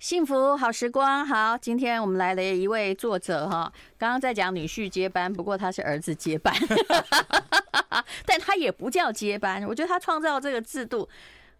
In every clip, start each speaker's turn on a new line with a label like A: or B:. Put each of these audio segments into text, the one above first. A: 幸福好时光，好，今天我们来了一位作者哈，刚刚在讲女婿接班，不过他是儿子接班， 但他也不叫接班，我觉得他创造这个制度。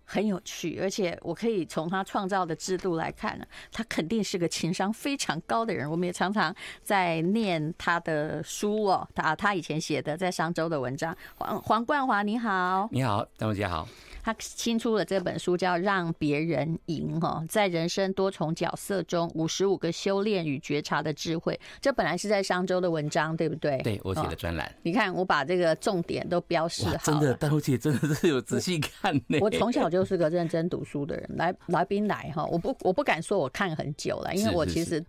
A: 很有趣，而且我可以从他创造的制度来看呢，他肯定是个情商非常高的人。我们也常常在念他的书哦，他他以前写的在商周的文章。黄黄冠华你好，
B: 你好，张文杰好。
A: 他新出了这本书叫《让别人赢》哈，在人生多重角色中，五十五个修炼与觉察的智慧。这本来是在商周的文章，对不对？
B: 对我写的专栏、哦。
A: 你看，我把这个重点都标示好。
B: 真的，哎张文杰真的是有仔细看呢。
A: 我从小。就是个认真读书的人，来来宾来哈，我不我不敢说我看很久了，因为我其实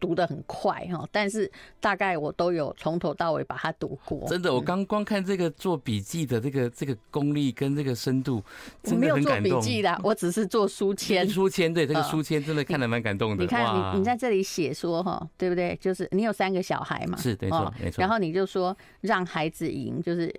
A: 读的很快哈，但是大概我都有从头到尾把它读过。
B: 真哎的，我刚光看这个做笔记的这个这个功力跟这个深度，
A: 我没有做笔记的，我只是做书签。
B: 书签对这个书签真的看得蛮感动的。
A: 你看你你在这里写说哈，对不对？就是你有三个小孩嘛，哦
B: 是没错没错。
A: 然后你就说让孩子赢，就是。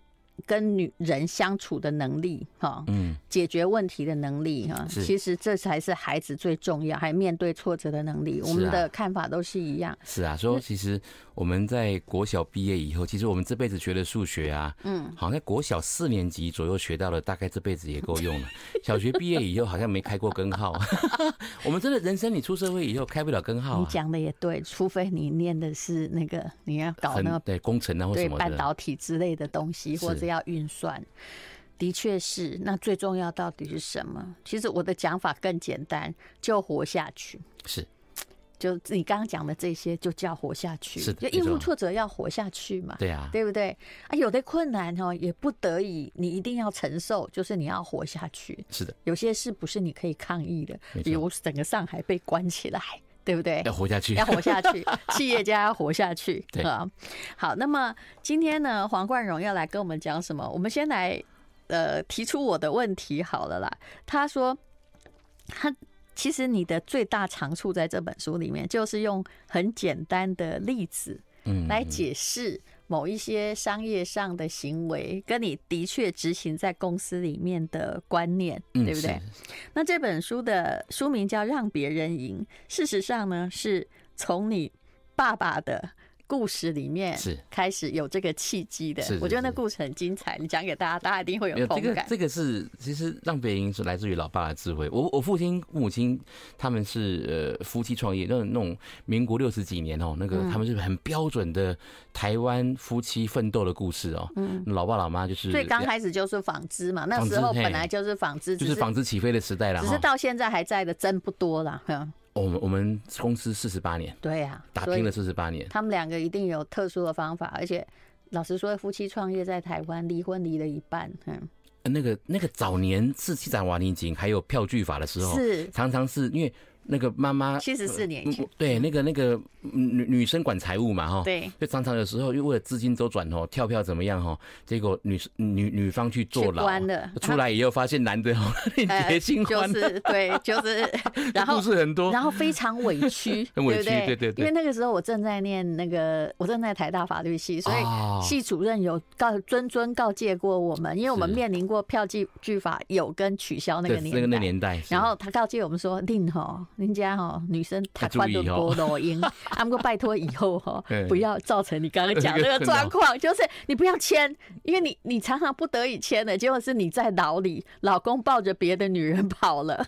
A: 跟女人相处的能力，哈，嗯，解决问题的能力，哈，其实这才是孩子最重要，还面对挫折的能力。我们
B: 啊
A: 的看法都是一样。
B: 是啊，
A: 嗯
B: 所以其实我们在国小毕业以后，其实我们这辈子学的数学啊，嗯，好像国小四年级左右学到了，大概这辈子也够 用了。小学毕业以后好像没开过根号， 我们真的人生你出社会以后开不了根号、啊。
A: 你讲的也对，除非你念的是那个你要搞那个
B: 对工程啊或什么
A: 半导体之类的东西，或者要。要运算，的确是。那最重要到底是什么？其实我的讲法更简单，就活下去。
B: 是，
A: 就你刚刚讲的这些，就叫活下去。
B: 是
A: 就应付挫折要活下去嘛。
B: 对啊，
A: 对不对？啊，有的困难哦，也不得已，你一定要承受，就是你要活下去。
B: 是的，
A: 有些事不是你可以抗议的，比如整个上海被关起来。对不对？
B: 要活下去，
A: 哎要活下去，企业家要活下 去。
B: 对啊，
A: 好，那么今天呢，黄冠荣要来跟我们讲什么？我们先来，呃，提出我的问题好了啦。他说，他其实你的最大长处在这本书里面，就是用很简单的例子，嗯，来解释某一些商业上的行为，跟你的确执行在公司里面的观念，嗯、对不对？那这本书的书名叫《让别人赢》，事实上呢，是从你爸爸的故事里面
B: 是
A: 开始有这个契机的。
B: 是是是
A: 我觉得那故事很精彩，你讲给大家，大家一定会有同感。
B: 这个这个是其实让别人赢是来自于老爸的智慧。我我父亲母亲他们是呃夫妻创业，那种那种民国六十几年哦，那
A: 嗯
B: 个他们是很标准的台湾夫妻奋斗的故事哦。嗯，老爸老妈就是
A: 所以刚开始就是纺织嘛，那时候本来就是纺织，
B: 就是纺织起飞的时代了。
A: 只是到现在还在的真不多了。嗯
B: 我们我们公司四十八年，
A: 对呀、
B: 啊，打拼了四十八年。
A: 他们两个一定有特殊的方法，而且老实说，夫妻创业在台湾离婚离了一半，嗯。
B: 呃那个那个早年是七斩瓦尼井还有票据法的时候，
A: 是
B: 常常是因为那个妈妈嗯
A: 七十四年前、呃、
B: 对那个哦那个嗯女女生管财务嘛哈，
A: 对，
B: 就常常有时候又为了资金周转哦，跳票怎么样哈，结果女女女方去坐牢，出来以后发现男 的哦 另结新欢，
A: 呃就是对，就是然后
B: 故事很多，
A: 然后非常委屈，
B: 很委屈，
A: 对
B: 对对,
A: 因
B: 對，
A: 为那个时候我正在念那个我正在台大法律系，所
B: 哦
A: 以系主任有告谆谆告诫过我们，因为我们面临过。过票据据法有跟取消那个年代，
B: 那个那年代，
A: 然后他告诫我们说，令吼人家吼女生她关的
B: 哦
A: 波罗 音，他们说啊拜托以后 哈不要造成你刚刚讲那个状况，就是你不要签，因为你你常常不得已签的，结果是你在牢里，老公抱着别的女人跑 了。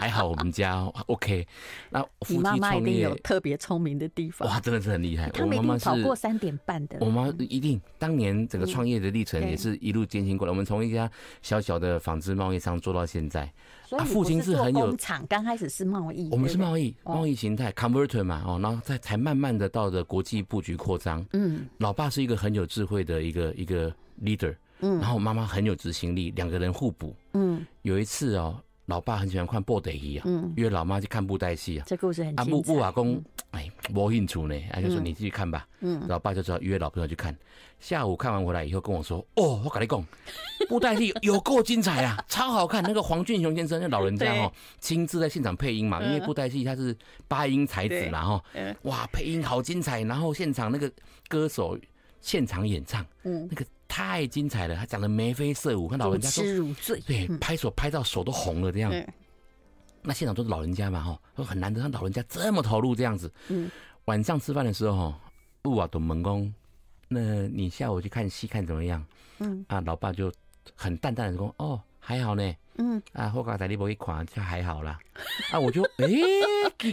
B: 还好我们家哦 OK，那
A: 你妈妈一定有特别聪明的地方，
B: 哇，真的是很厉害。
A: 他们一定跑过三点半的，嗯
B: 我妈一定当年整个创业的历程也是一路艰辛过来。我们从一家小小的纺织贸易商做到现在，
A: 啊，父亲是很有厂，刚开始是贸易，
B: 我们是贸易，贸易形态 converter 嘛，哦，然后再才慢慢的到了国际布局扩张。嗯，老爸是一个很有智慧的一个一个 leader，嗯，然后妈妈很有执行力，两个人互补。嗯，有一次哦，老爸很喜欢看布袋戏啊，嗯，约老妈去看布袋戏啊，
A: 这故事很
B: 啊，布布瓦公哎，没兴趣呢，他就说你自己看吧。嗯，老爸就知道约老朋友去看。下午看完回来以后跟我说：“哦，我跟你讲， 布袋戏有够精彩啊， 超好看！那个黄俊雄先生，那老人家哦，亲自在现场配音嘛，因为布袋戏他是八音才子嘛哈，哇，配音好精彩！然后现场那个歌手现场演唱，嗯，那个太精彩了，他讲的眉飞色舞，看老人家
A: 说，
B: 对，拍手拍到手都红了这样。那现场都是老人家嘛，哈，说很难得让老人家这么投入这样子。
A: 嗯，
B: 晚上吃饭的时候，哈，不啊，董门公，那你下午去看戏看怎么样？
A: 嗯
B: 啊，老爸就很淡淡的说，哦，还好呢。
A: 嗯，
B: 啊，后刚才你不一款就还好啦。 啊，我就哎、奇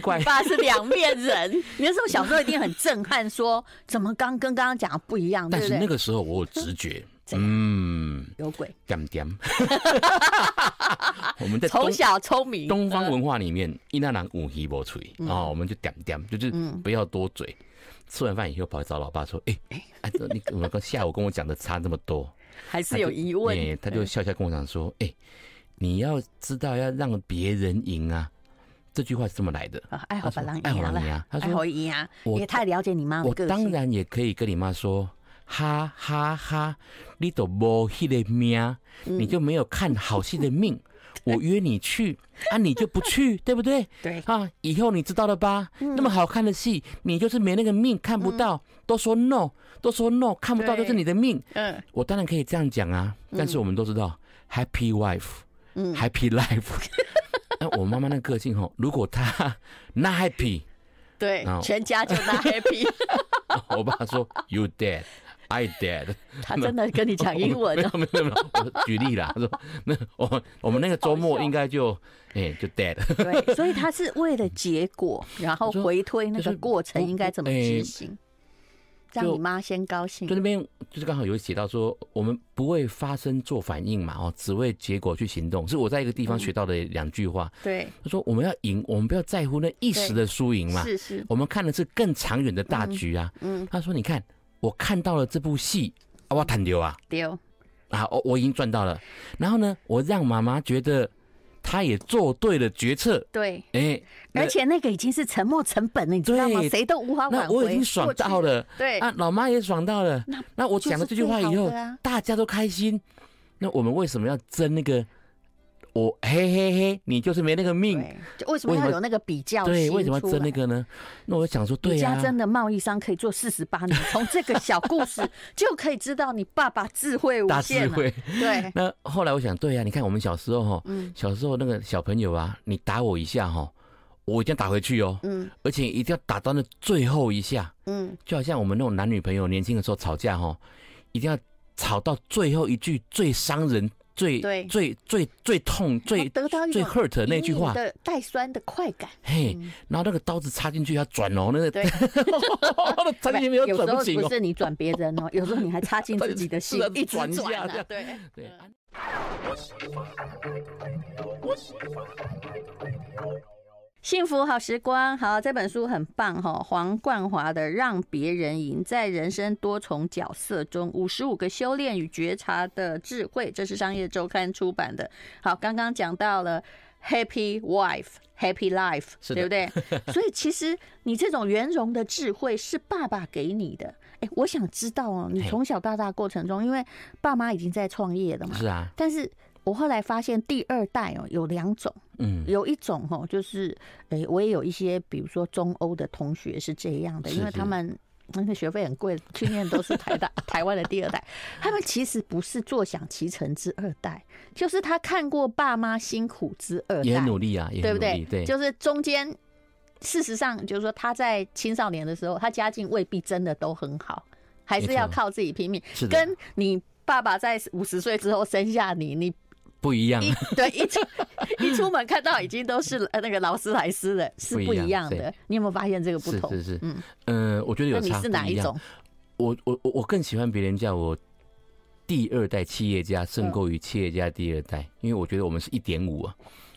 B: 怪
A: 你，爸是两面人。你那时候小时候一定很震撼说，怎么刚跟刚刚讲的不一样，对
B: 但
A: 不
B: 是那
A: 对？
B: 个时候我有直觉，
A: 怎样
B: 嗯，
A: 有鬼，
B: 点点。 我们在东
A: 从小聪明，
B: 东方文化里面，伊那人五鱼无嘴，然后我们就点点，就是
A: 嗯
B: 不要多嘴。吃完饭以后跑去找老爸说：“哎、啊这你怎么跟下午跟我讲的差这么多
A: 还是有疑？”问。
B: 哎他就笑笑跟我讲说：“哎、你要知道要让别人赢啊。”这句话是这么来的。
A: 啊，爱好把狼
B: 他说
A: 赢
B: 爱好狼
A: 了
B: 牙，他说
A: 爱好赢啊，
B: 我
A: 也太了解啊你妈的
B: 我
A: 个
B: 当
A: 性。
B: 然也可以跟你妈说，哈哈哈，你都无迄个命，
A: 嗯
B: 你就没有看好戏的 命。我约你去啊，你就不去，对不对？
A: 对嗯
B: 啊，以后你知道了吧？那么好看的戏，你就是没那个命，看不到，都说 no，都说 no，看不到
A: 对
B: 就是你的命。
A: 嗯，
B: 我当然可以这样讲啊，但是我们都知道、happy
A: 嗯
B: wife，happy life。那我妈妈那个个性吼，如果她 not happy，
A: 对
B: 啊，
A: 全家就 拿 happy。
B: 我爸说 you dead。I dead，
A: 他真的 跟你讲英文
B: 没
A: 哦
B: 有， 没有没有，我举例啦，他说那我们我们那个周末应该就哎、就 dead，
A: 对，所以他是为了结果，然后
B: 他说
A: 回推那
B: 就
A: 个
B: 是
A: 过程
B: 我
A: 应该怎么
B: 哎
A: 执行，让
B: 就
A: 你妈先高兴
B: 就。那边就是刚好有写到说我们不为发生做反应嘛，哦，只为结果去行动，是我在一个
A: 嗯
B: 地方学到的两句话。
A: 对，
B: 他说我们要赢，我们不要在乎那一时的输赢嘛，
A: 是是，
B: 我们看的是更长远的大局啊。
A: 嗯，
B: 他说你看我看到了这部戏，啊，我谈丢啊，
A: 丢，
B: 啊，我我已经赚到了。然后呢，我让妈妈觉得她也做对了决策，
A: 对，
B: 哎、那
A: 而且那个已经是沉没成本了，你知道吗？
B: 对
A: 谁都无法挽
B: 那
A: 回。
B: 我已经爽
A: 过去
B: 到，了，
A: 对，
B: 啊，老妈也爽到了。
A: 那
B: 那我
A: 就是
B: 讲了这句话以后
A: 最好的啊，
B: 大家都开心。那我们为什么要争那个？我嘿嘿嘿，你就是没那个命，
A: 对，就为什么
B: 为什
A: 要
B: 么
A: 有那个比较？
B: 对，为什么要争那？个呢？那我想说，
A: 你
B: 对啊呀、
A: 家真的贸易商可以做四十八年，从这个小故 事就可以知道你爸爸智慧无
B: 大智
A: 限了。嗯
B: 慧。
A: 对，
B: 那后来我想，对呀、啊你看我们小时候哈，小时候那个小朋友啊，你打我一下哈，我一定要打回去哦，
A: 嗯
B: 而且一定要打到那最后一下。
A: 嗯，
B: 就好像我们那种男女朋友年轻的时候吵架哈，一定要吵到最后一句最伤人、最
A: 对
B: 最最最痛、最
A: 得到一
B: 最
A: 种
B: hurt 的那句
A: 隐隐
B: 话，
A: 的带酸的快感。
B: 嘿，然后那个刀子插进去要转哦，那个
A: 对
B: 那插进去没有
A: 有时
B: 转
A: 候
B: 不行
A: 不
B: 哦，
A: 是你转别人哦， 有时候你还插进自己的心
B: 是啊，
A: 一直
B: 转一下
A: 转
B: 这
A: 啊。
B: 样
A: 对，
B: 对。
A: 幸福好时光，好这本书很棒哈、黄冠华的《让别人赢：在人生多重角色中，五十五个修炼与觉察的智慧》，这是商业周刊出版的。好，刚刚讲到了 Happy Wife。Happy life，
B: 是
A: 对不
B: 的
A: 对？ 所以其实你这种圆融的智慧是爸爸给你的。哎，我想知道哦，你
B: 嘿
A: 从小到大过程中，因为爸妈已经在创业了嘛，
B: 是啊，
A: 但是我后来发现第二代哦有两种。
B: 嗯，
A: 有一种哦，就是诶、我也有一些，比如说中欧的同学是这样的，
B: 是
A: 因为他
B: 是
A: 们嗯那个学费很贵，去念都是 台大台湾的第二代，他们其实不是坐享其成之二代，就是他看过爸妈辛苦之二
B: 也
A: 代
B: 很，努力啊，也
A: 对
B: 很
A: 不
B: 努力，
A: 对？
B: 对，
A: 就是中间。事实上，就是说他在青少年的时候，他家境未必真的都很好，还是
B: 没
A: 要
B: 错
A: 靠自己拼命。
B: 是的，
A: 跟你爸爸在五十岁之后生下你，你
B: 不一样，啊
A: 一 对一出一出门看到已经都是呃那个劳斯莱斯的，是不
B: 不一样
A: 一样的
B: 对。
A: 你有没有发现这个不
B: 是
A: 同？
B: 是是，
A: 嗯
B: 嗯，呃，我觉得
A: 那
B: 有
A: 你
B: 差，
A: 是
B: 不
A: 哪一
B: 样
A: 种？
B: 我我我我更喜欢别人叫我第二代企业
A: 嗯
B: 家，胜过于企业家第二代，因为我觉得我们是一点五啊，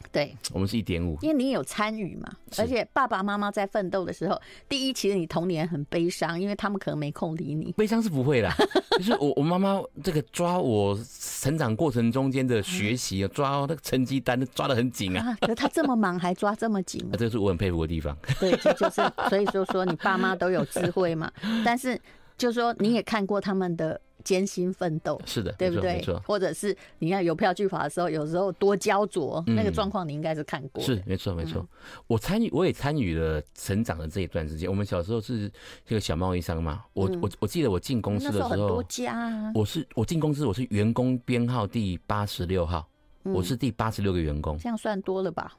A: 对，
B: 我们是一点五，
A: 因为你有参与嘛，
B: 是
A: 而且爸爸妈妈在奋斗的时候，第一，其实你童年很悲伤，因为他们可能没空理 你。
B: 悲伤是不会啦，就是我我妈妈这个抓我成长过程中
A: 嗯
B: 间的学习啊，抓那个成绩单抓得很紧啊，
A: 啊！可是他这么忙还抓这么紧
B: 啊
A: 啊，
B: 这个是我很佩服的地方。
A: 对，这就是所以就说你爸妈都有智慧嘛，但是就说你也看过他们的艰辛奋斗，
B: 是的，
A: 对不
B: 没
A: 对
B: 错，没？
A: 或者是你看邮票拒法的时候，有时候多焦灼，那个
B: 嗯
A: 状况你应该是看过
B: 错，
A: 的。
B: 是没错没
A: 嗯
B: 错。我参与，我也参与了成长的这一段时间。我们小时候是这个小贸易商嘛，我我我记得我进公
A: 嗯
B: 司
A: 那
B: 的
A: 时候很
B: 时
A: 多
B: 候，
A: 家啊，
B: 我是我进公司我是员
A: 嗯
B: 工编号第八十六号，我是第八十六个员工。
A: 这样算多了吧？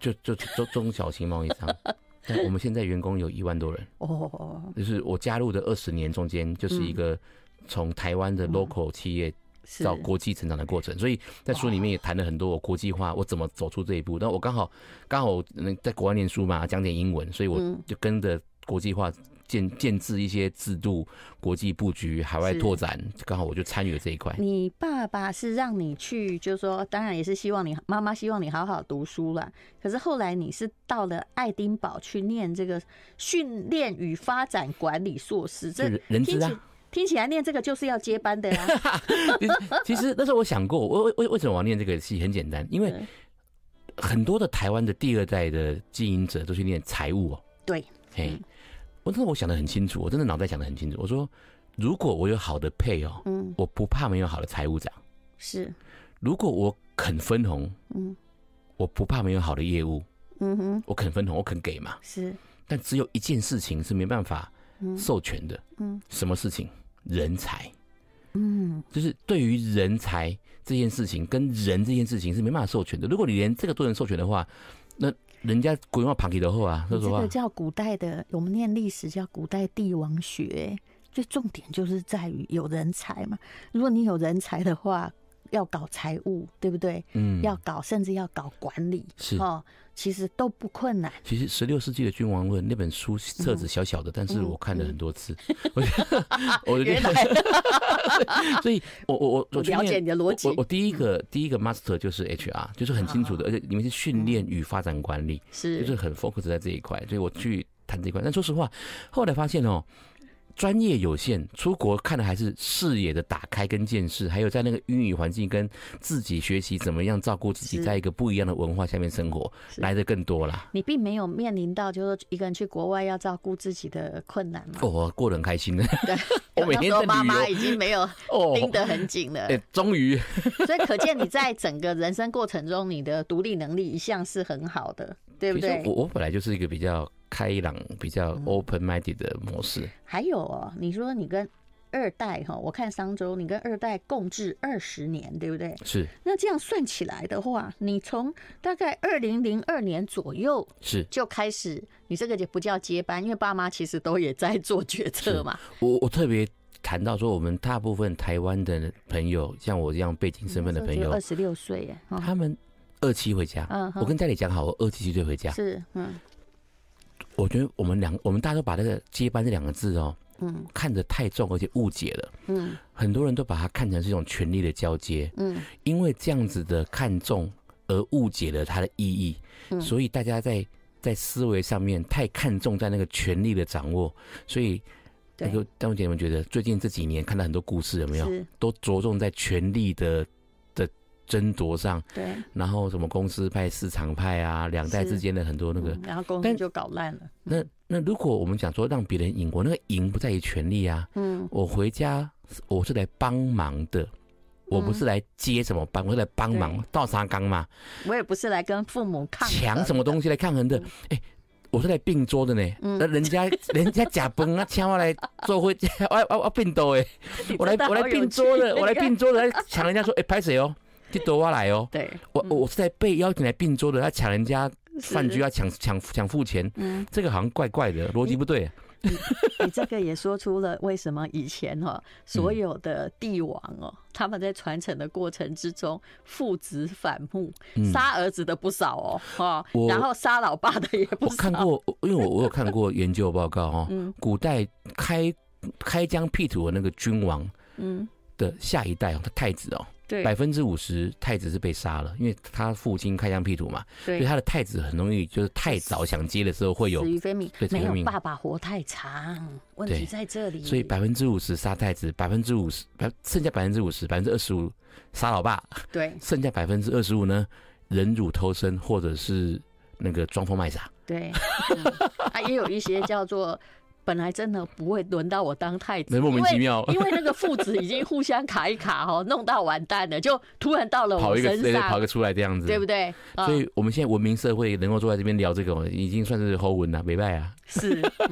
B: 就就就中小型贸易 商。但我们现在员工有一万多人，
A: 哦，
B: 就是我加入的二十年中间，就是一
A: 嗯
B: 个从台湾的 local 企业
A: 是
B: 到国际成长的过程。所以在书里面也谈了很多我国际化，我怎么走出这一步。那我刚好刚好嗯在国外念书嘛，讲点英文，所以我
A: 嗯
B: 就跟着国际化建建制一些制度、国际布局、海外
A: 是
B: 拓展，刚好我就参与了这一块。
A: 你爸爸是让你去，就是说，当然也是希望你妈妈希望你好好读书啦。可是后来你是到了爱丁堡去念这个训练与发展管理硕士，这
B: 就人人
A: 听
B: 资啊
A: 起听起来念这个就是要接班的 呀、
B: 其实其实那时候我想过，我为为为什么我要念这个戏？很简单，因为
A: 嗯
B: 很多的台湾的第二代的经营者都去念财务哦。
A: 对，
B: 嘿，
A: 嗯
B: 我那时候我想的很清楚，我真的脑袋想的很清楚。我说，如果我有好的配哦，
A: 嗯，
B: 我不怕没有好的财务长；
A: 是，
B: 如果我肯分红，
A: 嗯
B: 我不怕没有好的业务，
A: 嗯哼，
B: 我肯分红，我肯给嘛。
A: 是，
B: 但只有一件事情是没办法
A: 嗯
B: 授权的，
A: 嗯
B: 什么事情？人才。
A: 嗯，
B: 就是对于人才这件事情跟人这件事情是没办法授权的。如果你连这个都能授权的话，那人家鬼话旁给的后啊，
A: 你
B: 说实
A: 这
B: 话
A: 个，叫古代的，我们念历史叫古代帝王学，最重点就是在于有人才嘛。如果你有人才的话，要搞财务，对不对？
B: 嗯，
A: 要搞，甚至要搞管理，
B: 是
A: 哦，其实都不困难。
B: 其实十六世纪的君王论那本书册子小小的，但是我看了很多次， 我 我就
A: 嗯
B: 觉
A: 原
B: 得， 所以我我我
A: 我
B: 我去
A: 了解
B: 念
A: 你的逻
B: 我我
A: 辑，哦
B: 第一个第一个 master 就是 HR，就是很清楚的，而且里面是训练与发展管理，就是是很 focus 在这一块，所以我
A: 嗯
B: 去谈这一块。但说实话，后来发现哦，专业有限，出国看的还是视野的打开跟见识，还有在那个英语环境跟自己学习怎么样照顾自己，
A: 是
B: 在一个不一样的文化下面生活，
A: 是
B: 来的更多啦。
A: 你并没有面临到就是说一个人去国外要照顾自己的困难嘛。
B: 哦，我过得很开心的
A: 对，
B: 我每
A: 那时
B: 天在
A: 候妈
B: 旅
A: 妈
B: 游
A: 已经没有
B: 哦，
A: 盯得很紧了
B: 哎、，终于
A: 所以可见你在整个人生过程中，你的独立能力一向是很好的，对不
B: 其实
A: 对？嗯
B: 我我本来就是一个比较开朗、比较 open minded 的模式，
A: 还有哦，你说你跟二代哈，我看商周你跟二代共治二十年，对不对？
B: 是
A: 那这样算起来的话，你从大概二零零二年左右
B: 是。
A: 就开始，你这个也不叫接班，因为爸妈其实都也在做决策嘛。
B: 我我特别谈到说，我们大部分台湾的朋友，像我这样背景身份的朋友
A: 嗯二，十六岁耶，哦
B: 他们二七回家。
A: 嗯
B: 我
A: 哼，
B: 跟家里讲好，我二七岁回家。
A: 是嗯
B: 我觉得我们两，我们大家都把那个“接班”这两个字哦，
A: 嗯
B: 看得太重，而且误解了。
A: 嗯
B: 很多人都把它看成是一种权力的交接，
A: 嗯，
B: 因为这样子的看重而误解了它的意义，
A: 嗯
B: 所以大家在在思维上面太看重在那个权力的掌握，所以那
A: 对，
B: 个丹凤姐，你们觉得最近这几年看到很多故事有没有？
A: 是，
B: 都着重在权力的的争夺上，
A: 对，
B: 然后什么公司派、市场派啊，两代
A: 是
B: 之间的很多那个。
A: 嗯然后公司
B: 但
A: 就搞烂了，
B: 那那如果我们讲说让别人赢，我那个赢不在于权力啊，
A: 嗯
B: 我回家我是来帮忙的，我不是来接什么班，我是来帮忙
A: 对
B: 倒沙缸嘛，
A: 我也不是来跟父母抗
B: 抢什
A: 么，
B: 么东西来抗衡的
A: 嗯，
B: 哎。我是来并桌的呢，
A: 嗯
B: 那人家 人家假崩啊，请我来做会， 我我我并斗哎，
A: 你
B: 我来
A: 真的
B: 我来
A: 好有
B: 并桌
A: 趣
B: 的，我来，
A: 你看
B: 并桌的，来抢人家说，哎，拍谁哦，这朵我来哦，
A: 对，
B: 我
A: 嗯
B: 我是在被邀请来并桌的，要抢人家
A: 是
B: 饭局，啊要抢抢抢付钱，
A: 嗯，
B: 这个好像怪怪的，逻辑不对。
A: 你这个也说出了为什么以前哈、
B: 嗯
A: 所有的帝王哦，他们在传承的过程之中，父子反目，
B: 嗯，
A: 杀儿子的不少哦，哈、
B: 我
A: 然后杀老爸的也不
B: 我
A: 少。
B: 看过，因为我我有看 过研究报告哈、
A: 嗯
B: 古代开开疆辟土的那个君王
A: 嗯，
B: 的下一代哦，他太子哦，
A: 对
B: 百分之五十太子是被杀了，因为他父亲开疆辟土嘛，所以
A: 对，
B: 他的太子很容易就是太早想接的时候会有
A: 死，于非命
B: 对，死
A: 没
B: 于非
A: 有
B: 命
A: 爸爸活太长，问
B: 对
A: 题在这里。
B: 所以百分之五十杀太子，百分之五十百剩下百分之五十，百分之二十五杀老爸，
A: 对
B: 剩下百分之二十五呢，忍辱偷生或者是那个装疯卖傻。
A: 对、嗯啊，也有一 些叫做本来真的不会轮到我当太子，
B: 那莫名
A: 因为
B: 其妙
A: 因为那个父子已经互相卡一卡哦，弄到完蛋了，就突然到了
B: 跑
A: 我
B: 一个
A: 身
B: 对对
A: 上，
B: 跑一个出来这样子，
A: 对不对？啊
B: 嗯所以我们现在文明社会能够坐在这边聊这个，已经算是后文了，没拜啊。
A: 是，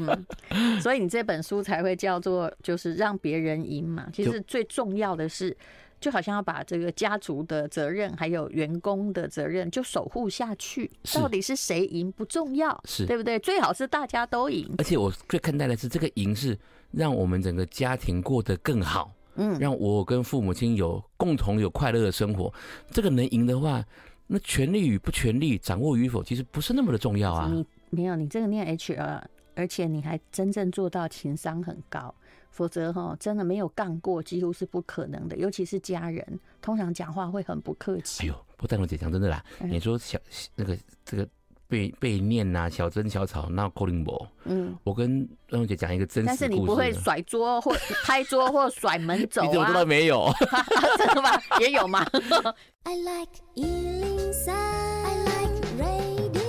A: 嗯，所以你这本书才会叫做就是让别人赢嘛。其实最重要的是就好像要把这个家族的责任，还有员工的责任，就守护下去。
B: 是
A: 到底是谁赢不重要，
B: 是
A: 对不对？最好是大家都赢。
B: 而且我最看待的是，这个赢是让我们整个家庭过得更好，
A: 嗯，
B: 让我跟父母亲有共同有快乐的生活。这个能赢的话，那权利与不权利，掌握与否，其实不是那么的重要啊。
A: 你没有，你这个念 HR，而且你还真正做到情商很高，否则哈，真的没有干过几乎是不可能的。尤其是家人，通常讲话会很不客
B: 哎
A: 气。
B: 呦，不过丹龙姐讲真的啦，
A: 嗯
B: 你说小那个这个被被念呐、小争小吵闹扣林博，
A: 嗯，
B: 我跟丹龙姐讲一个真实故
A: 但
B: 事，
A: 是你不会啊甩桌 或拍桌或甩门走
B: 你怎么
A: 啊
B: 知道？没有？
A: 真的吗？也有吗？
C: I like Ealing Sound. I like radio.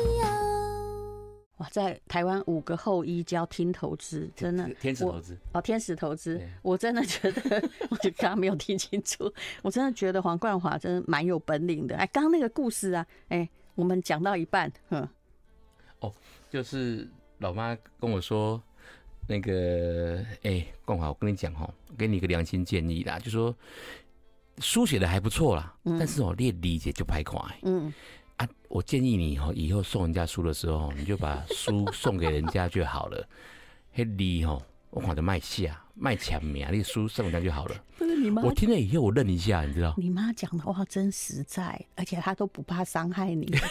A: 哇，在台湾五个后一教听投资，真的
B: 天使
A: 我
B: 投资，
A: 哦，天使投资
B: 对，
A: 我真的觉得， 我就刚刚没有听清楚，我真的觉得黄冠华真的蛮有本领的。哎，刚刚那个故事啊，哎，我们讲到一半，嗯，
B: 就是老妈跟我说，那个哎、冠华，我跟你讲哦，给你一个良心建议啦，就说书写的还不错啦，
A: 嗯
B: 但是哦，练理解就拍垮、
A: 嗯，
B: 啊。我建议你哦，以后送人家书的时候，你就把书送给人家就好了。嘿，理哦，我看着卖下卖前面，那书送人家就好了。
A: 不是你妈，
B: 我听了以后，我愣一下，你知道？
A: 你妈讲的话真实在，而且她都不怕伤害你。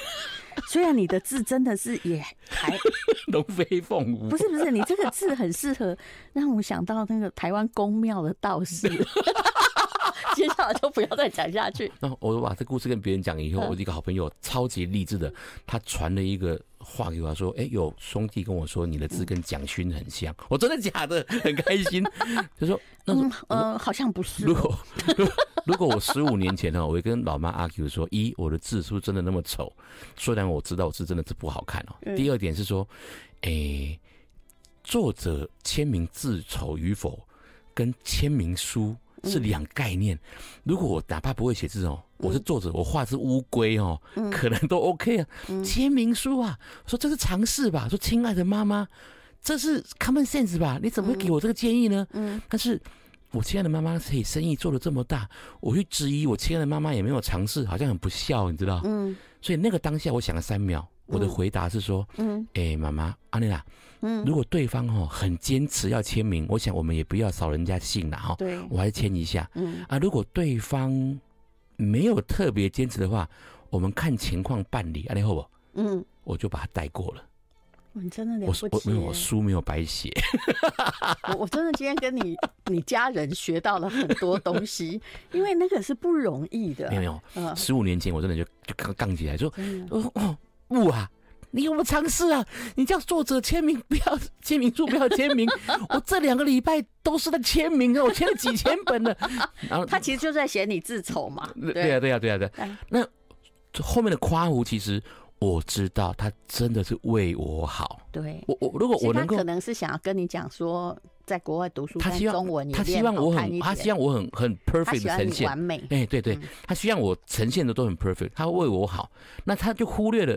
A: 虽然你的字真的是也还
B: 龙飞凤舞
A: 不，是不是，你这个字很适合让我想到那个台湾公庙的道士。 接下来就不要再讲下去。
B: 那我把这故事跟别人讲以后，
A: 嗯
B: 我一个好朋友超级励志的，他传了一个话给我，他说：“哎、有兄弟跟我说你的字跟蒋勋很像。”我真的假的？很开心。 他说：“那
A: 嗯呃，好像不是
B: 如。果如果如果我十五年前呢，我会跟老妈阿 Q 说：一，我的字是不是真的那么丑？虽然我知道我字真的是不好看哦、
A: 嗯
B: 第二点是说，诶、作者签名字丑与否跟签名书是两概念。如果我哪怕不会写字哦、我是作者，我画只乌龟哦，可能都 OK 啊。签名书啊，说这是尝试吧，说亲爱的妈妈，这是 common sense 吧？你怎么会给我这个建议呢？
A: 嗯
B: 但是我亲爱的妈妈可以生意做的这么大，我去质疑我亲爱的妈妈也没有尝试，好像很不孝，你知道？
A: 嗯
B: 所以那个当下，我想了三秒，我的回答是说
A: 嗯：“
B: 哎、妈妈，阿丽娜，
A: 嗯，
B: 如果对方哦很坚持要签名，我想我们也不要扫人家兴了哈，
A: 对，
B: 我还是签一下
A: 嗯
B: 啊。如果对方没有特别坚持的话，我们看情况办理，阿丽好不好？
A: 嗯，
B: 我就把他带过了。
A: 哇你真的了
B: 我
A: 不
B: 我
A: 起
B: 没
A: 耶。
B: 有我书没有 白写，
A: 我我真的今天跟你你家人学到了很多东西，因为那个是不容易的。
B: 没有没有。
A: 嗯，
B: 十五年前我真的就就杠杠起来说，
A: 真的，
B: 哦哦，不啊，你有没有尝试啊？你叫作者签名，不要签名书，不要签 名。我这两个礼拜都是在签名啊，我签了几千本了。 然后
A: 他其实就在嫌你自丑嘛。
B: 对对
A: 对，
B: 啊，对啊，对啊，对啊
A: 哎。
B: 那后面的夸胡，其实我知道他真的是为我好。
A: 对，
B: 我我如果
A: 所以
B: 我
A: 他
B: 能够
A: 可，能是想要跟你讲说，在国外读书，
B: 他
A: 但
B: 希望
A: 中文也
B: 他希
A: 练
B: 望我
A: 好看
B: 很，
A: 一
B: 他
A: 点
B: 希望我很很
A: 他
B: perfect
A: 喜
B: 的
A: 欢
B: 呈
A: 你
B: 现
A: 完。美。
B: 哎、对对
A: 嗯，
B: 他希望我呈现的都很 perfect，他为我好，那他就忽略了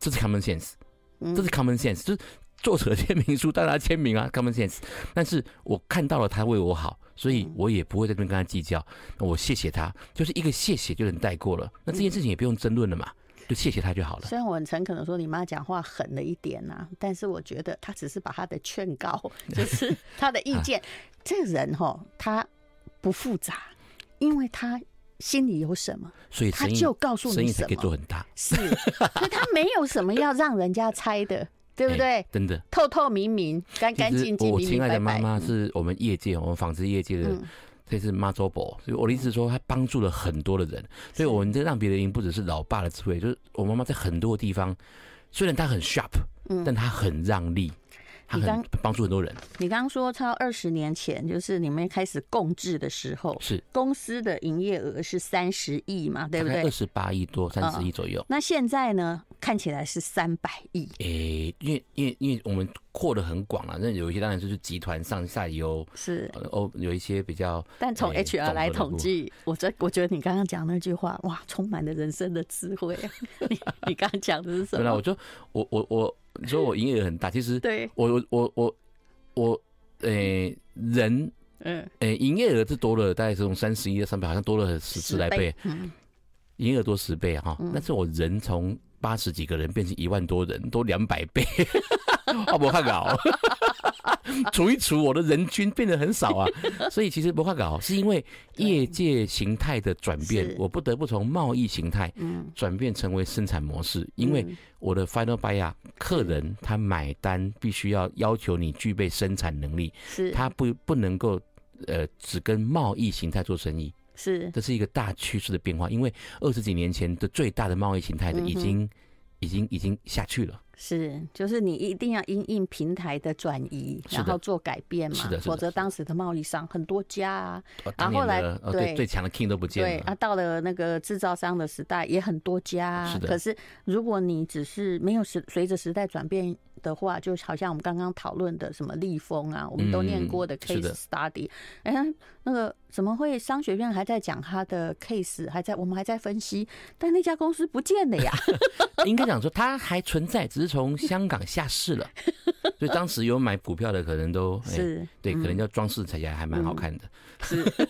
B: 这是 common sense。
A: 嗯
B: 这是 common sense，就是作者签名书，当然签名啊，common sense。但是我看到了他为我好，所以
A: 嗯
B: 我也不会在这边跟他计较。那我谢谢他，就是一个谢谢就能带过了。那这件事情也不用争论了嘛，就谢谢他就好了。
A: 虽然我很诚恳的说你妈讲话狠了一点呐、但是我觉得她只是把她的劝告， 就是她的意
B: 啊
A: 见。这个人哈，他不复杂，因为他心里有什么，
B: 所以
A: 他
B: 生意
A: 就告诉
B: 生
A: 你
B: 意才
A: 什
B: 可以做
A: 么。
B: 很大，
A: 是，所以他没有什么要让人家猜的，对不对？
B: 哎真的。
A: 透透明明，干干
B: 其
A: 净
B: 实
A: 净，
B: 我
A: 明明
B: 亲爱的
A: 白
B: 妈
A: 白。
B: 妈是我们业界，我们纺织业界的
A: 嗯，
B: 这是妈周伯，所以我的意思是说，她帮助了很多的人，所以我们这让别人赢，不只是老爸的智慧，就是我妈妈在很多地方，虽然她很 sharp，
A: 嗯
B: 但她很让利，她
A: 你
B: 很帮助很多人，
A: 你刚刚说超二十年前，就是你们开始共治的时候，
B: 是
A: 公司的营业额是三十亿嘛，对不对嗯
B: 二？十八亿多，三十亿左右。
A: 那现在呢，看起来是三百亿，
B: 诶、因为因为因为我们扩的很广了，那有一些当然就是集团上下游，
A: 是。
B: 呃哦，有一些比较，
A: 但从
B: 哎
A: HR 来统，计，我觉我觉得你刚刚讲那句话，哇，充满了人生的智慧。啊 你你刚刚讲的是什
B: 本来我
A: 么？
B: 就我我我，你说我营业额很大，其实
A: 对，
B: 我我我我我，诶、人
A: 嗯，
B: 诶，营业额是多了，大概是从三十一到三百，好像多了十十来倍，，
A: 嗯，
B: 营业额多十倍啊哈、
A: 嗯
B: 但是我人从八十几个人变成一万多人，多两百 倍， 啊，不看搞， 除一除，我的人均变得 很少啊。所以其实不看搞是因为业界形态的转变
A: 是，
B: 我不得不从贸易形态
A: 嗯，
B: 转变成为生产模式，因为
A: 嗯
B: 我的 final buyer 客人他买单必须要要求你具备生产能力，
A: 是
B: 他不不能够呃只跟贸易形态做生意，
A: 是
B: 这是一个大趋势的变化。因为二十几年前的最大的贸易形态的
A: 嗯哼
B: 已经、已经已经下去了，
A: 是，就是你一定要因应平台的转移，
B: 是的
A: 然后做改变嘛
B: 是的，是的
A: 否则当时的贸易商很多家啊，
B: 哦、
A: 然后
B: 当年
A: 后来
B: 的哦
A: 对
B: 对最强的 king 都不
A: 对
B: 见了，
A: 啊，到了那个制造商的时代也很多家啊
B: 是。的
A: 可是如果你只是没有时随着时代转变的话，就好像我们刚刚讨论的什么立丰啊，我们都念过的
B: 嗯是
A: case
B: 的
A: study，哎、那个怎么会商学院还在讲他的 case，还在我们还在分析，但那家公司不见了呀？ 啊
B: 应该讲说它还存在，只是从香港下市了。所以当时有买股票的可能都、 哎
A: 是，
B: 对，可能
A: 嗯
B: 叫装饰起来还蛮好看的， 是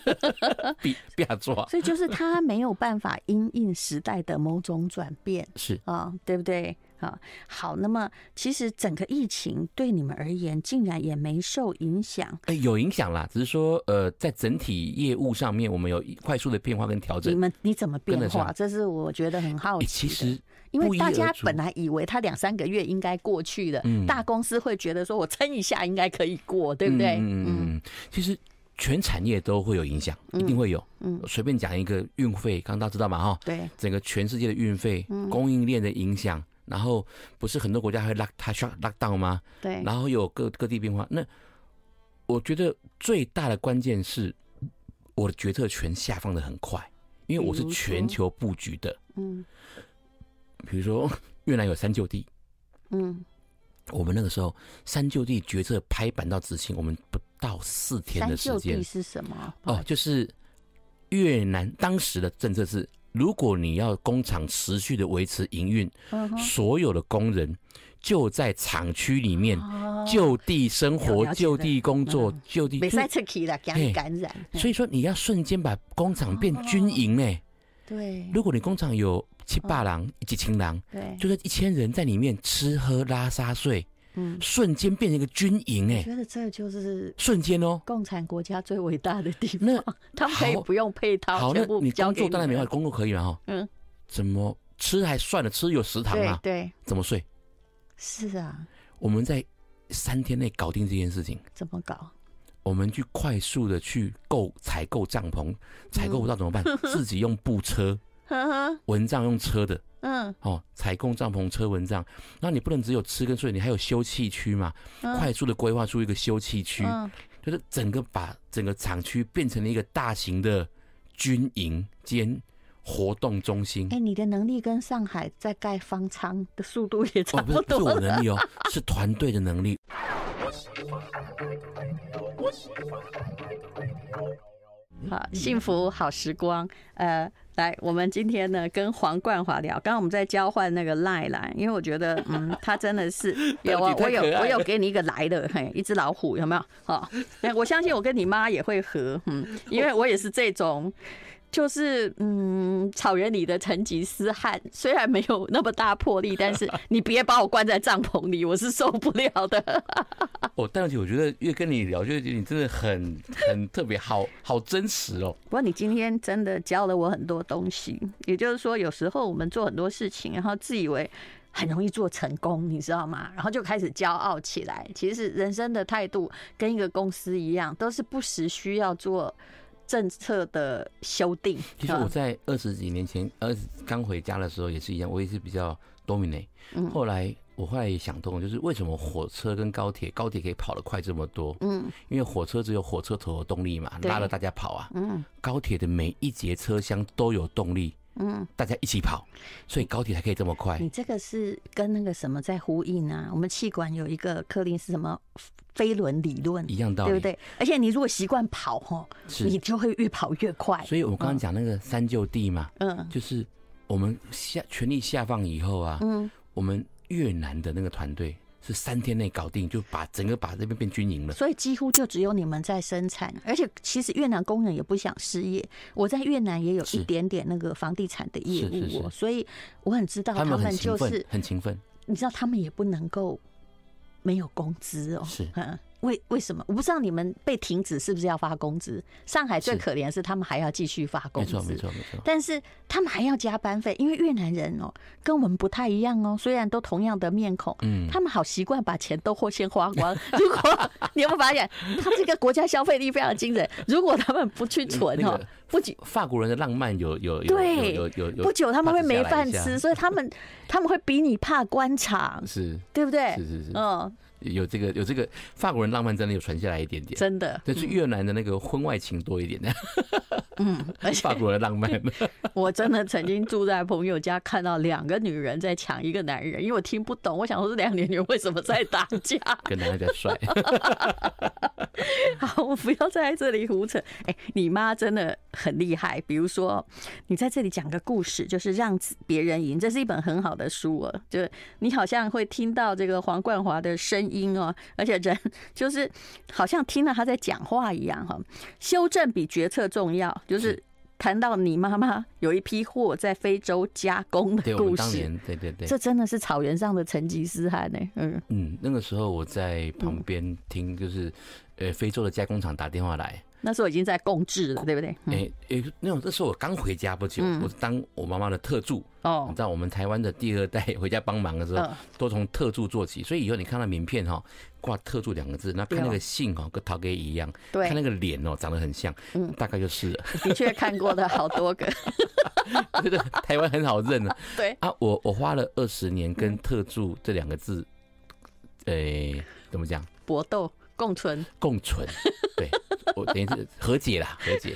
B: 必必要 做
A: 所以就是他没有办法因应时代的某种转变。
B: 是。
A: 啊、对不对？啊，好，那么其实整个疫情对你们而言，竟然也没受影响，
B: 哎、有影响啦，只是说，呃，在整体业务上面，我们有一快速的变化跟调
A: 你
B: 整。
A: 们你怎么
B: 跟
A: 变
B: 得
A: 化？
B: 上
A: 这是我觉得很好
B: 哎
A: 奇、的。
B: 其实
A: 因
B: 不
A: 为
B: 一
A: 大
B: 而
A: 家
B: 足
A: 本来以为他两三个月应该过去的，
B: 嗯
A: 大公司会觉得说我撑一下应该可以过，对不对？
B: 嗯，其实全产业都会有影响，一定会有。
A: 嗯
B: 随便讲一个运费，刚大家知道嘛哈，
A: 对，嗯
B: 整个全世界的运费、供应链的影响，然后不是很多国家会 lock 它需要 lock down 吗？
A: 对，
B: 然后又有各各地变化。那我觉得最大的关键是我的决策权下放的很快，因为我
A: 比
B: 是
A: 如说
B: 全球布局的。
A: 嗯
B: 比如说 越南有三就地，
A: 嗯，
B: 我们那个时候三就地决策拍板到执行，我们不到四天
A: 三
B: 的时
A: 就
B: 间
A: 地。是什么？
B: 哦，就是越南当时的政策是，如果你要工厂持续的维持营运，
A: 嗯哼，
B: 所有的工人就在厂区里面
A: 哦
B: 就地生活
A: 了、解
B: 就地工作
A: 嗯、
B: 就地
A: 没
B: 就
A: 塞出去了，给
B: 嘿
A: 感染，以
B: 所以说你要瞬间把工厂变军营呢。
A: 哦对
B: 如果你工厂有七八
A: 哦
B: 郎、几千郎，
A: 对，
B: 就是一千人在里面吃喝拉撒睡，
A: 嗯，
B: 瞬间变成一个军营
A: 我
B: 哎，
A: 觉得这就是
B: 瞬间哦。
A: 共产国家最伟大的地方
B: 那，
A: 他们可以
B: 好
A: 不用配套，
B: 好，那
A: 全部
B: 你
A: 交
B: 工
A: 给
B: 作当然没
A: 们
B: 办法，工作可以嘛哈。
A: 嗯，
B: 怎么吃还算了，吃有食堂
A: 对
B: 啊，
A: 对，
B: 怎么睡？
A: 是啊，
B: 我们在三天内搞定这件事情。
A: 怎么搞？
B: 我们去快速的去购采购帐
A: 嗯
B: 篷，采购不到怎 么办？自己用布车、
A: 呵呵，
B: 蚊帐用车的
A: 嗯，
B: 哦，采购帐篷、车蚊帐。那你不能只有吃跟睡，你还有休憩区嘛？
A: 嗯
B: 快速的规划出一个休憩区，
A: 嗯
B: 就是整个把整个厂区变成了一个大型的军营兼活动中心
A: 哎、。你的能力跟上海在盖方舱的速度也差
B: 哦，不是
A: 不
B: 不是
A: 多
B: 我
A: 了。
B: 能力哦，是团队的能力。
A: 好，幸福好时光。呃，来，我们今天呢跟黄冠华聊，刚刚我们在交换那个赖啦，因为我觉得，嗯，他真的 是有啊，我
B: 太
A: 有
B: 可爱
A: 我有
B: 了
A: 给你一个来的，嘿，一只老虎有没有？好，那我相信我跟你妈也会合，嗯，因为我也是这种。就是嗯，草原里的成吉思汗，虽然没有那么大魄力，但是你别把我关在帐篷里，我是受不了的。
B: 哦，但是我觉得越跟你聊，就觉得你真的很很特别，好好真实哦。
A: 不过你今天真的教了我很多东西，也就是说，有时候我们做很多事情，然后自以为很容易做成功，你知道吗？然后就开始骄傲起来。其实人生的态度跟一个公司一样，都是不时需要做政策的修订。
B: 其实我在二十几年前，二十刚回家的时候也是一样，我也是比较 dominate。
A: 嗯
B: 后来我后来也想通了，就是为什么火车跟高铁，高铁可以跑得快这么多？
A: 嗯
B: 因为火车只有火车头有动力嘛，
A: 对
B: 拉着大家跑啊。
A: 嗯
B: 高铁的每一节车厢都有动力，
A: 嗯，
B: 大家一起跑，所以高铁才可以这么快。
A: 你这个是跟那个什么在呼应啊？我们气管有一个科林是什么飞轮理论，
B: 一样道理，
A: 对不？对？而且你如果习惯跑吼，你
B: 是。
A: 就会越跑越快。
B: 所以我刚刚讲那个三就地嘛，
A: 嗯
B: 就是我们下权力下放以后啊，
A: 嗯。
B: 我们越南的那个团队是三天内搞定，就把整个把这边变军营了。
A: 所以几乎就只有你们在生产，而且其实越南工人也不想失业。我在越南也有一
B: 是
A: 点点那个房地产的业
B: 是是
A: 务、哦，
B: 是
A: 所以我很知道
B: 他
A: 啊他
B: 们很
A: 们
B: 勤
A: 就
B: 奋，
A: 是
B: 很勤奋。
A: 你知道他们也不能够没有工资哦。
B: 是
A: 嗯，为为什么？我不知道你们被停止是不是要发工资？上海最
B: 是
A: 可怜是他们还要继续发工
B: 没
A: 资，
B: 错，没错，没错。
A: 但是他们还要加班费，因为越南人哦跟我们不太一样哦，虽然都同样的面孔，
B: 嗯，
A: 他们好习惯把钱都或先花光。 如果你有没有发现，他们这个国家消费力非常惊人，如果他们不去存
B: 那
A: 哦
B: 个，
A: 不久
B: 法国人的浪漫有有有
A: 对
B: 有有有
A: 不久他们会没
B: pass 下来
A: 饭
B: 一下
A: 吃，所以他们他们会比你怕官场，
B: 是
A: 对不对
B: 是？是是，
A: 嗯，
B: 有这个有这个法国人浪漫真的有传下来一点点。
A: 真嗯的，
B: 但是越南的那个婚外情多一点，
A: 嗯，而且
B: 法国人的浪漫
A: 我真的曾经住在朋友家，看到两个女人在抢一个男人，因为我听不懂，我想说这两个女人为什么在打架？
B: 跟男人家 帅，
A: 好， 我不要再在这里胡扯。哎、你妈真的很厉害。比如说，你在这里讲个故事，就是让自别人赢，这是一本很好的书哦。就是你好像会听到这个黄冠华的声音哦，而且人就是好像听到他在讲话一样哈、修正比决策重要，就是
B: 是
A: 谈到你妈妈有一批货在非洲加工
B: 对
A: 的
B: 我们
A: 故
B: 当
A: 事，
B: 年，对对对，
A: 这真的是草原上的成吉思汗呢、嗯，
B: 嗯，那个时候我在旁边听，就是呃非洲的加工厂打电话来，
A: 那时候已经在共治了，对不对？嗯
B: 哎哎，那种那时候我刚回家不久，
A: 嗯
B: 我是当我妈妈的特助，你
A: 哦
B: 知，道我们台湾的第二代回家帮忙的时候，
A: 嗯
B: 都从特助做起，所以以后你看到名片哈，挂特助两个字，那看那
A: 对
B: 个
A: 哦
B: 姓哦，跟陶哥一样，
A: 对
B: 看那。个脸哦，长得很像
A: 嗯，
B: 大概就是了，
A: 的确看过的好多个，
B: 这个台湾很好认啊。
A: 对，
B: 啊，我我花了二十年跟特助这两个字，诶、怎么讲
A: 搏斗共存，
B: 共存？对我等于是和解啦，和解。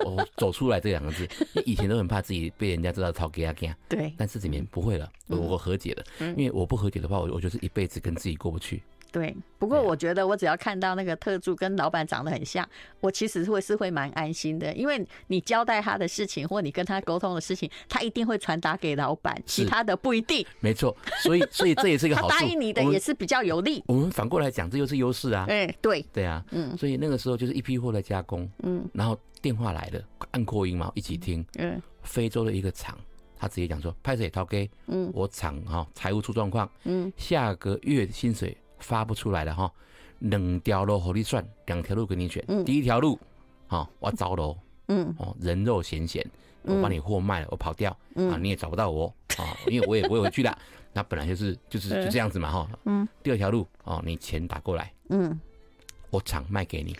B: 我走出来这两个字，以前都很怕自己被人家知道掏给阿干，
A: 对
B: 但是这年不会了，我我和解了，
A: 嗯
B: 因为我不和解的话，我我就是一辈子跟自己过不去。
A: 对。不过
B: 对啊
A: 我觉得，我只要看到那个特助跟老板长得很像，我其实会是会蛮安心的，因为你交代他的事情或你跟他沟通的事情，他一定会传达给老板，其
B: 是
A: 他的不一定。
B: 没错，所以所以这也是一个
A: 他
B: 好处。
A: 答应你的
B: 我们
A: 也是比较有利。
B: 我们反过来讲，这又是优势啊。
A: 哎、对，
B: 对啊，
A: 嗯
B: 所以那个时候就是一批货在加工，
A: 嗯
B: 然后电话来了，按扩音嘛，一起听。
A: 嗯
B: 非洲的一个厂，他直接讲说，拍谁涛哥，
A: 嗯
B: 我厂哈、财务出状况，
A: 嗯，
B: 下个月薪水发不出来了哈、两条路和你算，两条路给你选，
A: 嗯
B: 第一条路，哦，我招楼，
A: 嗯
B: 哦，人肉咸咸，我把你货卖了，我跑掉，啊，
A: 嗯
B: 你也找不到我，啊，因为我也不会 回去啦，那本来就是就是就这样子嘛哈、
A: 嗯，
B: 第二条路，哦，你钱打过来，
A: 嗯，
B: 我厂卖给你，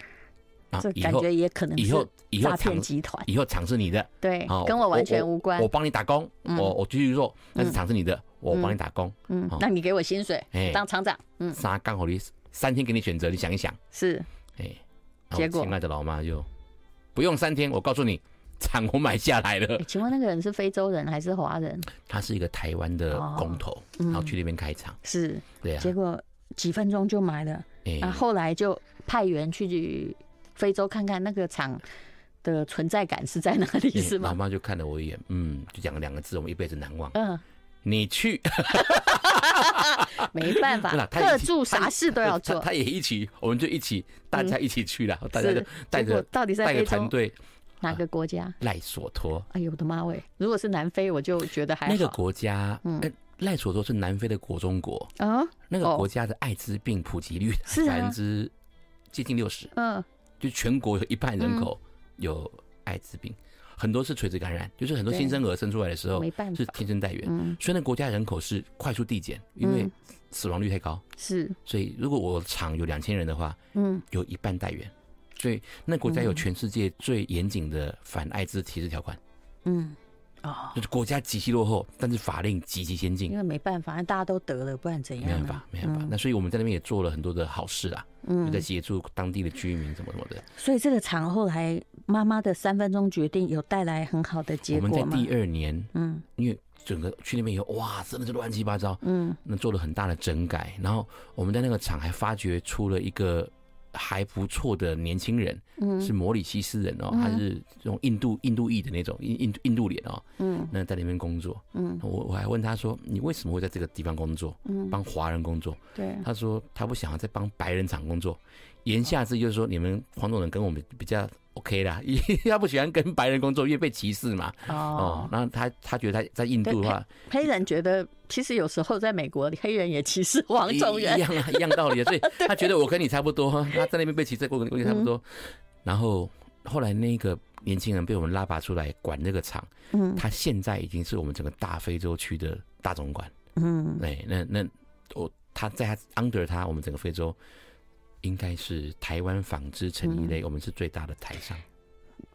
B: 啊
A: 这，
B: 以
A: 感
B: 后
A: 觉也可能
B: 以后
A: 是
B: 以后
A: 诈
B: 厂
A: 骗集团，
B: 以后厂是你的。
A: 对
B: 好，
A: 跟我完全无关
B: 我。帮你打工，
A: 嗯
B: 我我继续做，但是
A: 嗯
B: 厂是你的，我帮你打工，
A: 嗯
B: 好，
A: 那你给我薪水
B: 哎
A: 当厂长，嗯，
B: 三刚好你三天给你选择，你想一想，
A: 是
B: 哎，然后
A: 结果
B: 亲爱的老妈就不用三天，我告诉你，厂我买下来了
A: 欸。请问那个人是非洲人还是华人？
B: 他是一个台湾的
A: 哦
B: 工头，
A: 嗯
B: 然后去那边开厂，
A: 是，
B: 对啊
A: 结，啊果几分钟就买了，
B: 哎
A: 然后后来就派员去非洲看看那个厂的存在感是在哪里，
B: 哎
A: 是
B: 老
A: 吗？
B: 妈就看了我一眼，嗯，就讲了两个字，我们一辈子难忘。
A: 嗯，
B: 你去，
A: 没办
B: 不
A: 法，
B: 啊啦他也
A: 特
B: 去
A: 助
B: 他
A: 啥事都要
B: 他
A: 做，嗯
B: 他也一起，我们就一起，大家一起去了，大家
A: 是
B: 就带
A: 结果
B: 着
A: 到底在
B: 带
A: 非
B: 个
A: 洲
B: 团队啊
A: 哪个国家？
B: 赖索托，
A: 哎呦我的妈喂！如果是南非，我就觉得还好。
B: 那个国家，
A: 嗯
B: 呃赖索托是南非的国中国，
A: 啊，
B: 那个
A: 哦
B: 国家的艾滋病普及率
A: 是啊
B: 百分之接近六十，
A: 嗯
B: 就全国有一半人口有艾滋病，很多是垂直感染，就是很多
A: 对
B: 新生儿生出来的时候
A: 没办
B: 哦是
A: 法，
B: 天生带源，
A: 嗯，
B: 所以那国家人口是快速递减，因为
A: 嗯
B: 死亡率太高，
A: 是，
B: 所以如果我厂有两千人的话，
A: 嗯，
B: 有一半带源。所以，那国家有
A: 嗯
B: 全世界最严谨的反艾滋歧视条款，
A: 嗯，哦，
B: 就是国家极其落后，但是法令极其先进
A: 因。为没办法，大家都得了，不然怎样啊
B: 没
A: 呢？
B: 办法，没办法。那所以我们在那边也做了很多的好事啊，
A: 嗯
B: 就在协助当地的居民什么什么的。
A: 所以这个厂后来妈妈的三分钟决定有带来很好的
B: 我
A: 结
B: 们在
A: 果吗？
B: 第二年，
A: 嗯
B: 因为整个去那边以后，哇，真的是乱七八糟，
A: 嗯
B: 那做了很大的整改。然后我们在那个厂还发掘出了一个还不错的年轻人，是
A: 嗯
B: 摩里西斯人哦，
A: 嗯
B: 他是这种印度印度裔的那种印印印度脸哦，
A: 嗯
B: 那在那边工作，
A: 嗯
B: 我我还问他说，你为什么会在这个地方工作，
A: 嗯，
B: 帮华人工作？
A: 对，
B: 他说他不想要再帮白人厂工作，言下之意就是说你们黄种人跟我们比较 OK 啦，因为他不喜欢跟白人工作，因为被歧视嘛。哦
A: 哦，，
B: 那他他觉得他在印度的话，
A: 黑人觉得其实有时候在美国，黑人也歧视黄
B: 一
A: 种
B: 一
A: 人，
B: 样啊，一样道 理啊，所以他觉得我跟你差不多，他在那边被歧视过，我跟你差不
A: 嗯
B: 多。然后后来那个年轻人被我们拉拔出来管那个厂，
A: 嗯
B: 他现在已经是我们整个大非洲区的大总管。
A: 嗯
B: 哎，那那我他在他 under 他，我们整个非洲应该是台湾纺织成衣
A: 嗯
B: 类，我们是最大的台商。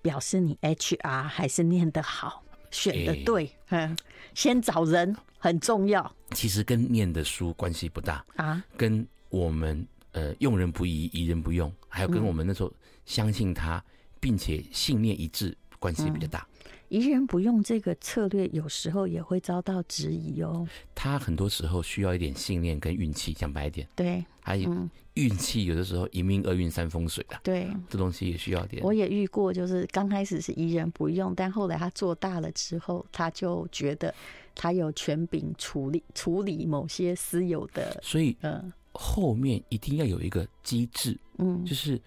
A: 表示你 HR 还是念得好，选
B: 哎
A: 的对，嗯，先找人很重要
B: 其实跟念的书关系不大，
A: 啊，
B: 跟我们呃用人不疑，疑人不用，还
A: 嗯
B: 有跟我们那时候相信他，并且信念一致关系比较大。
A: 嗯一人不用这个策略，有时候也会遭到质疑哦。
B: 他很多时候需要一点信念跟运气，讲白一点，
A: 对，
B: 还有
A: 嗯，
B: 运气，有的时候一命二运三风水的，
A: 对，
B: 这东西也需要一点。
A: 我也遇过，就是刚开始是疑人不用，但后来他做大了之后，他就觉得他有权柄处理处理某些私有的，
B: 所以
A: 呃，
B: 后面一定要有一个机制，
A: 嗯，
B: 就是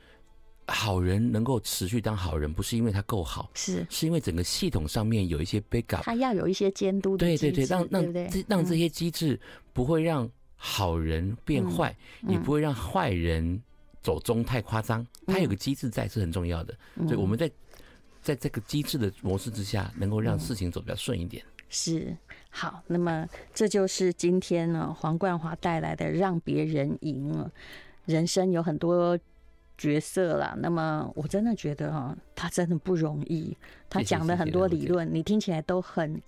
B: 好人能够持续当好人，不是因为他够好，
A: 是
B: 是因为整个系统上面有一些 backup。
A: 他要有一些监督的
B: 对
A: 机
B: 对对，
A: 制
B: 让
A: 不
B: 让
A: 对
B: 这让这些机制不会让好人变
A: 嗯
B: 坏，也
A: 嗯
B: 不会让坏人走中太夸张。它
A: 嗯
B: 有个机制在是很重要的，所以我们在在这个机制的模式之下，能够让
A: 嗯
B: 事情走比较顺一点。
A: 是好，那么这就是今天呢黄冠华带来的《让别人赢》啊。人生有很多角色啦，那么我真的觉得哈、他真的不容易。他
B: 谢谢
A: 讲
B: 谢
A: 的
B: 谢
A: 很多
B: 了解
A: 理论，你听起来都很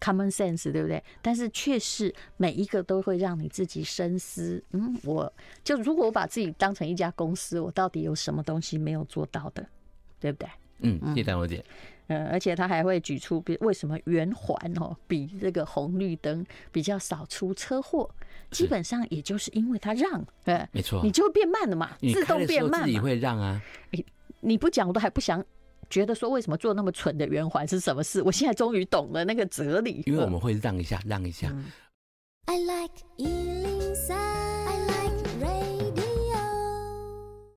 A: common sense，对不对？但是确实每一个都会让你自己深思。嗯，我就如果我把自己当成一家公司，我到底有什么东西没有做到的，对不对？
B: 嗯，谢谢张小姐。
A: 嗯，而且他还会举出，比为什么圆环哦比这个红绿灯比较少出车祸，基
B: 是
A: 本上也就是因为它让，呃，
B: 没错
A: 你，就会变慢了嘛，
B: 你
A: 自
B: 开
A: 动
B: 的时
A: 变
B: 候
A: 慢
B: 自己
A: 嘛。
B: 会让啊，
A: 你不讲我都还不想，觉得说为什么做那么蠢的圆环是什么事？我现在终于懂了那个哲理。嗯
B: 因为
A: 呃
B: 我们会让一下，让一下。
C: I like Ealing